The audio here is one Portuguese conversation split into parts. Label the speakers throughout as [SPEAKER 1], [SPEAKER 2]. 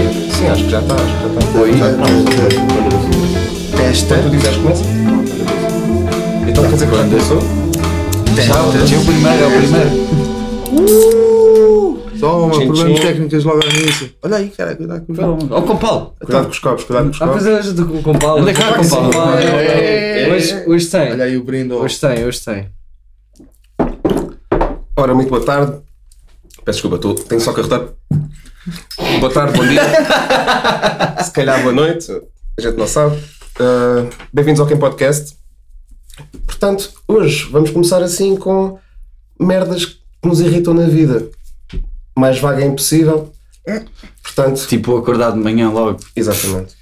[SPEAKER 1] que já estás, já estás.
[SPEAKER 2] Oi?
[SPEAKER 1] Já estás.
[SPEAKER 2] Testa,
[SPEAKER 1] Quando tu disseres começa? Então quer dizer que já começou?
[SPEAKER 2] testa.
[SPEAKER 3] É o primeiro, é o primeiro.
[SPEAKER 2] Toma,
[SPEAKER 1] Tchim,
[SPEAKER 2] problemas
[SPEAKER 1] tchim. um- Oh,
[SPEAKER 2] técnicos logo ao início. Olha aí, cara, cuidado com os copos.
[SPEAKER 3] Ó, Compal.
[SPEAKER 2] Cuidado com os
[SPEAKER 1] Então,
[SPEAKER 2] copos, cuidado com os
[SPEAKER 4] Ah,
[SPEAKER 2] copos.
[SPEAKER 4] pois hoje do com Paulo.
[SPEAKER 3] Onde é que está o Compal?
[SPEAKER 4] Paulo?
[SPEAKER 2] É.
[SPEAKER 4] Hoje, hoje tem.
[SPEAKER 2] Olha aí o brinde. ao-
[SPEAKER 4] Hoje tem, hoje tem.
[SPEAKER 1] Ora, muito boa tarde. Peço desculpa, tô, tenho só que arrotar. Boa tarde, bom dia. Se calhar boa noite, a gente não sabe. Ah, Bem-vindos ao Quem Podcast. Portanto, hoje vamos começar assim com merdas que nos irritam na vida. Mais vaga é impossível. Portanto,
[SPEAKER 3] Tipo, acordar de manhã logo.
[SPEAKER 1] exatamente.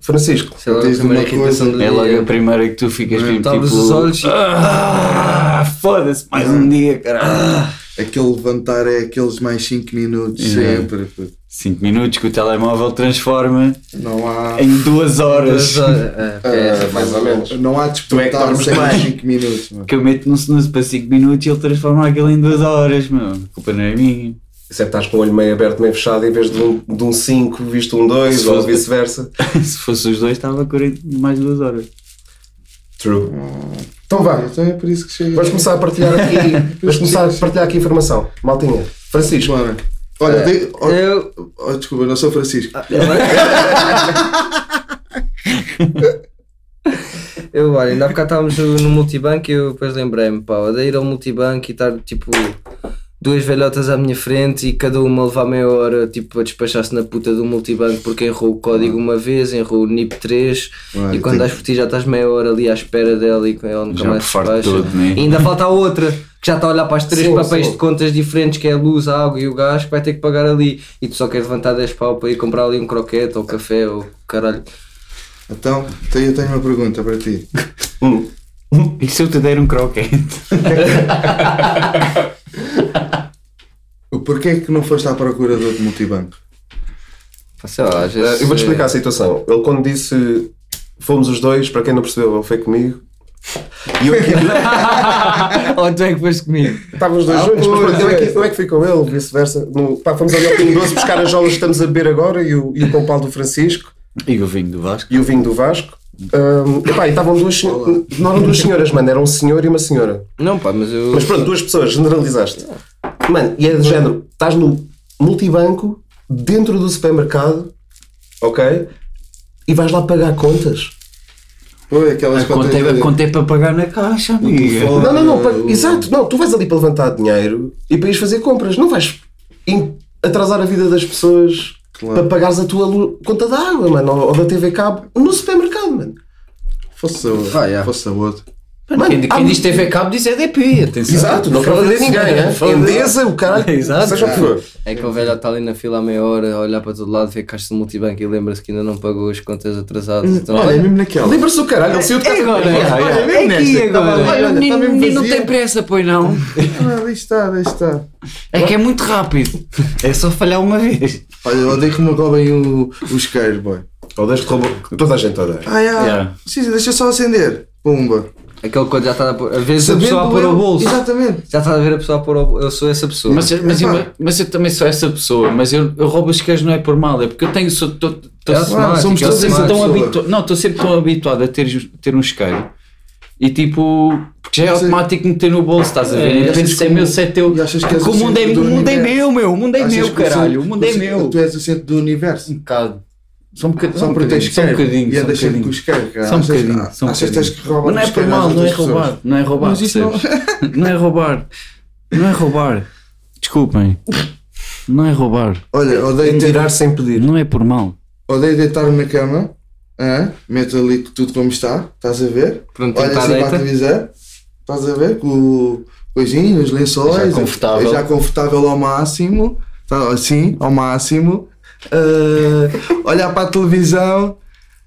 [SPEAKER 1] Francisco,
[SPEAKER 4] Sei lá,
[SPEAKER 2] Tens
[SPEAKER 4] a primeira
[SPEAKER 2] uma coisa-
[SPEAKER 4] irritação do
[SPEAKER 3] É logo a
[SPEAKER 4] dia.
[SPEAKER 3] primeira que tu ficas mesmo tipo.
[SPEAKER 4] Levantavas os olhos e.
[SPEAKER 3] Ah, foda-se, mais um dia, caralho.
[SPEAKER 2] Aquele levantar é aqueles mais 5 minutos
[SPEAKER 3] Yeah.
[SPEAKER 2] sempre. puto.
[SPEAKER 3] 5 minutos que o telemóvel transforma
[SPEAKER 2] Não há. eh,
[SPEAKER 3] em 2 horas.
[SPEAKER 4] Mas, ah, ah,
[SPEAKER 1] é, mais ou menos.
[SPEAKER 2] Não há
[SPEAKER 1] Tu é que
[SPEAKER 2] disputar
[SPEAKER 1] dormes
[SPEAKER 2] sem
[SPEAKER 3] bem.
[SPEAKER 2] 5 minutos, mano.
[SPEAKER 3] Que eu meto no snooze para 5 minutos e ele transforma aquilo em 2 horas, meu. A culpa não é minha.
[SPEAKER 1] Sempre estás com o olho meio aberto, meio fechado, em vez de um 5, de um cinco, visto um 2
[SPEAKER 3] Se
[SPEAKER 1] ou
[SPEAKER 3] fosse-
[SPEAKER 1] vice-versa.
[SPEAKER 3] Se fosse os dois, estava 40 mais 2 horas.
[SPEAKER 1] True.
[SPEAKER 2] Então vá, então é por isso que chega.
[SPEAKER 1] Vamos começar a partilhar aqui. vamos começar a partilhar aqui informação. Maltinha. Francisco.
[SPEAKER 2] Bora. Olha,
[SPEAKER 1] É.
[SPEAKER 2] de- oh,
[SPEAKER 4] Eu.
[SPEAKER 2] oh, desculpa, não sou Francisco.
[SPEAKER 4] Eu, olha, ainda há bocado estávamos no no multibanco e eu depois lembrei-me, pá, de ir ao multibanco e estar tipo duas velhotas à minha frente e cada uma levar meia hora tipo, a despachar-se na puta do multibanco porque errou o código uma vez, errou o NIP 3
[SPEAKER 2] Ah,
[SPEAKER 4] e quando
[SPEAKER 2] tem-
[SPEAKER 4] dás por ti já estás meia hora ali à espera dela e com ela nunca
[SPEAKER 3] Já
[SPEAKER 4] mais
[SPEAKER 3] me
[SPEAKER 4] se
[SPEAKER 3] farto
[SPEAKER 4] despacha.
[SPEAKER 3] todo, né?
[SPEAKER 4] E ainda falta a outra que já está a olhar para as três
[SPEAKER 1] Sim,
[SPEAKER 4] papéis
[SPEAKER 1] sim.
[SPEAKER 4] de contas diferentes que é a luz, a água e o gás que vai ter que pagar ali e tu só queres levantar 10 pau para ir comprar ali um croquete ou café ou caralho.
[SPEAKER 2] Então, então eu tenho uma pergunta para ti.
[SPEAKER 3] E se eu te der um croquete?
[SPEAKER 2] Porquê é que não foste à procura de outro multibanco?
[SPEAKER 4] Pá, Sei lá, às
[SPEAKER 1] eh,
[SPEAKER 4] vezes,
[SPEAKER 1] eu vou-te
[SPEAKER 4] eh,
[SPEAKER 1] explicar a situação. Ele quando disse fomos os dois, para quem não percebeu, ele foi comigo. E eu aqui.
[SPEAKER 4] Ou tu é que foste comigo?
[SPEAKER 1] Estavam os dois juntos, mas pronto, eu é, que, eu é que fui com ele, vice-versa. No- Pá, fomos ali ao Pingo Doce buscar as jolas que estamos a beber agora e o, e o compal do Francisco.
[SPEAKER 3] E o vinho do Vasco?
[SPEAKER 1] e o vinho do Vasco. Ahm, epá, e estavam duas senhoras. Não eram duas senhoras, mano, era um senhor e uma senhora.
[SPEAKER 4] Não, pá, mas eu.
[SPEAKER 1] Mas pronto, duas pessoas, generalizaste. Mano, e é do género: estás no multibanco, dentro do supermercado, ok? E vais lá pagar contas.
[SPEAKER 2] Pô,
[SPEAKER 1] Ah,
[SPEAKER 2] aquelas
[SPEAKER 3] A conta, é, a conta é para pagar na caixa, amiga.
[SPEAKER 2] telefone.
[SPEAKER 1] Não, não, não,
[SPEAKER 2] Ah,
[SPEAKER 1] pa-
[SPEAKER 2] o-
[SPEAKER 1] exato, não, tu vais ali para levantar dinheiro e para ires fazer compras, não vais in- atrasar a vida das pessoas
[SPEAKER 2] Claro.
[SPEAKER 1] para pagares a tua lu- conta da água, mano, ou, ou da TV Cabo no supermercado, mano.
[SPEAKER 2] Fosse a outra.
[SPEAKER 4] Ah,
[SPEAKER 1] é.
[SPEAKER 4] yeah.
[SPEAKER 2] Fosse a outra.
[SPEAKER 1] Mano,
[SPEAKER 3] Quem,
[SPEAKER 1] há
[SPEAKER 3] quem diz TV Cabo diz EDP, atenção.
[SPEAKER 1] Exato, não quero vender ninguém, é?
[SPEAKER 3] Foda-se.
[SPEAKER 1] Endesa, o caralho,
[SPEAKER 3] Exato.
[SPEAKER 1] seja o que for.
[SPEAKER 4] É que o velho está ali na fila à meia hora, a olhar para todo lado, vê caixa de multibanco e lembra-se que ainda não pagou as contas atrasadas.
[SPEAKER 1] Hum,
[SPEAKER 4] Então,
[SPEAKER 2] Olha, mesmo naquela.
[SPEAKER 1] Lembra-se o caralho, ele saiu de casa.
[SPEAKER 3] Olha,
[SPEAKER 2] olha, mesmo
[SPEAKER 3] É aqui
[SPEAKER 2] nesta,
[SPEAKER 3] agora.
[SPEAKER 2] tá bem,
[SPEAKER 3] Olha,
[SPEAKER 2] olha,
[SPEAKER 3] o menino-
[SPEAKER 2] tá mesmo
[SPEAKER 3] menino não
[SPEAKER 2] vazio.
[SPEAKER 3] tem pressa, pois não.
[SPEAKER 2] Ah, ali está, ali está.
[SPEAKER 3] É que é muito rápido. É só falhar uma vez.
[SPEAKER 2] Olha, eu odeio que me roubem o, o isqueiro, boy.
[SPEAKER 1] Odeias-te robô. Toda a gente odeia.
[SPEAKER 2] Ah, yeah.
[SPEAKER 3] Yeah.
[SPEAKER 2] Sim, deixa só acender. Pumba.
[SPEAKER 4] aquele quando já está a pôr. Às vezes a pessoa a pôr
[SPEAKER 2] eu-
[SPEAKER 4] ao bolso.
[SPEAKER 2] Exatamente.
[SPEAKER 4] Já está a ver a pessoa a pôr ao bolso. Eu sou essa pessoa.
[SPEAKER 3] Mas, mas,
[SPEAKER 2] Epá.
[SPEAKER 3] eu, mas eu também sou essa pessoa, mas eu, eu roubo os queijos não é por mal, é porque eu tenho. Sou, tô, tô-
[SPEAKER 4] É
[SPEAKER 3] somos
[SPEAKER 4] automático,
[SPEAKER 3] todos
[SPEAKER 4] é
[SPEAKER 3] sempre
[SPEAKER 4] automático.
[SPEAKER 3] tão habituados. Não, estou sempre tão habituado a ter, ju- ter um isqueiro. E tipo, porque já é automático meter no bolso, estás a ver?
[SPEAKER 2] e
[SPEAKER 3] e
[SPEAKER 2] achas
[SPEAKER 3] penso se é
[SPEAKER 2] como-
[SPEAKER 3] meu, se é teu.
[SPEAKER 2] e achas que és
[SPEAKER 3] Porque o
[SPEAKER 2] o
[SPEAKER 3] mundo é,
[SPEAKER 2] centro do
[SPEAKER 3] o mundo é
[SPEAKER 2] universo.
[SPEAKER 3] meu, meu, o mundo é
[SPEAKER 2] Achas
[SPEAKER 3] meu,
[SPEAKER 2] que o
[SPEAKER 3] caralho,
[SPEAKER 2] centro-
[SPEAKER 3] o mundo é
[SPEAKER 2] ce-
[SPEAKER 3] meu.
[SPEAKER 2] Tu és o centro do universo.
[SPEAKER 3] Um bocado. Só um bocadinho.
[SPEAKER 2] Só porque tens
[SPEAKER 3] Só um
[SPEAKER 2] isqueiro.
[SPEAKER 3] bocadinho.
[SPEAKER 2] E
[SPEAKER 3] Só um
[SPEAKER 2] andas sempre com o
[SPEAKER 3] bocadinho.
[SPEAKER 2] isqueiro, cara.
[SPEAKER 3] Só um
[SPEAKER 2] Achas-
[SPEAKER 3] bocadinho, só um
[SPEAKER 2] Achas que ah,
[SPEAKER 3] bocadinho.
[SPEAKER 2] tens que roubar
[SPEAKER 3] Mas não é
[SPEAKER 2] os
[SPEAKER 3] por
[SPEAKER 2] isqueiros às
[SPEAKER 3] mal, não é
[SPEAKER 2] outras pessoas.
[SPEAKER 3] roubar, não é roubar,
[SPEAKER 2] Mas isso não-
[SPEAKER 3] percebes? Não é roubar, não é roubar. Desculpem, não é roubar,
[SPEAKER 2] Olha, odeio ter
[SPEAKER 1] Tirar sem pedir.
[SPEAKER 3] não é por mal.
[SPEAKER 2] Odeio deitar-me na cama, hã? meto ali tudo como está, estás a ver?
[SPEAKER 4] Pronto,
[SPEAKER 2] Olha
[SPEAKER 4] está
[SPEAKER 2] assim para a
[SPEAKER 4] deita.
[SPEAKER 2] televisão, estás a ver? Com o coisinho, os lençóis,
[SPEAKER 3] Já confortável.
[SPEAKER 2] já confortável ao máximo, tá, assim, ao máximo. Ah, olhar para a televisão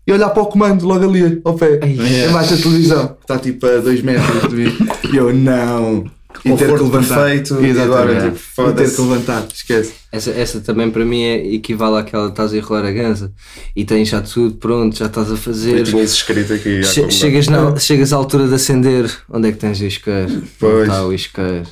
[SPEAKER 2] e olhar para o comando logo ali, ao pé,
[SPEAKER 3] Ai.
[SPEAKER 2] em baixo da televisão, que está tipo a 2 metros de mim. E eu não. E ter que
[SPEAKER 1] Conforto
[SPEAKER 2] levantar.
[SPEAKER 1] perfeito, e
[SPEAKER 2] Exatamente.
[SPEAKER 1] agora, tipo,
[SPEAKER 2] e ter
[SPEAKER 1] foda-se.
[SPEAKER 2] que levantar, esquece.
[SPEAKER 4] Essa, essa também para mim é, equivale àquela estás a enrolar a ganza e tens já tudo pronto, já estás a fazer.
[SPEAKER 1] Eu tinha isso escrito aqui.
[SPEAKER 4] Che-
[SPEAKER 2] é.
[SPEAKER 4] chegas, na, chegas à altura de acender, onde é que tens o isqueiro? Onde
[SPEAKER 2] Pois.
[SPEAKER 4] está o isqueiro?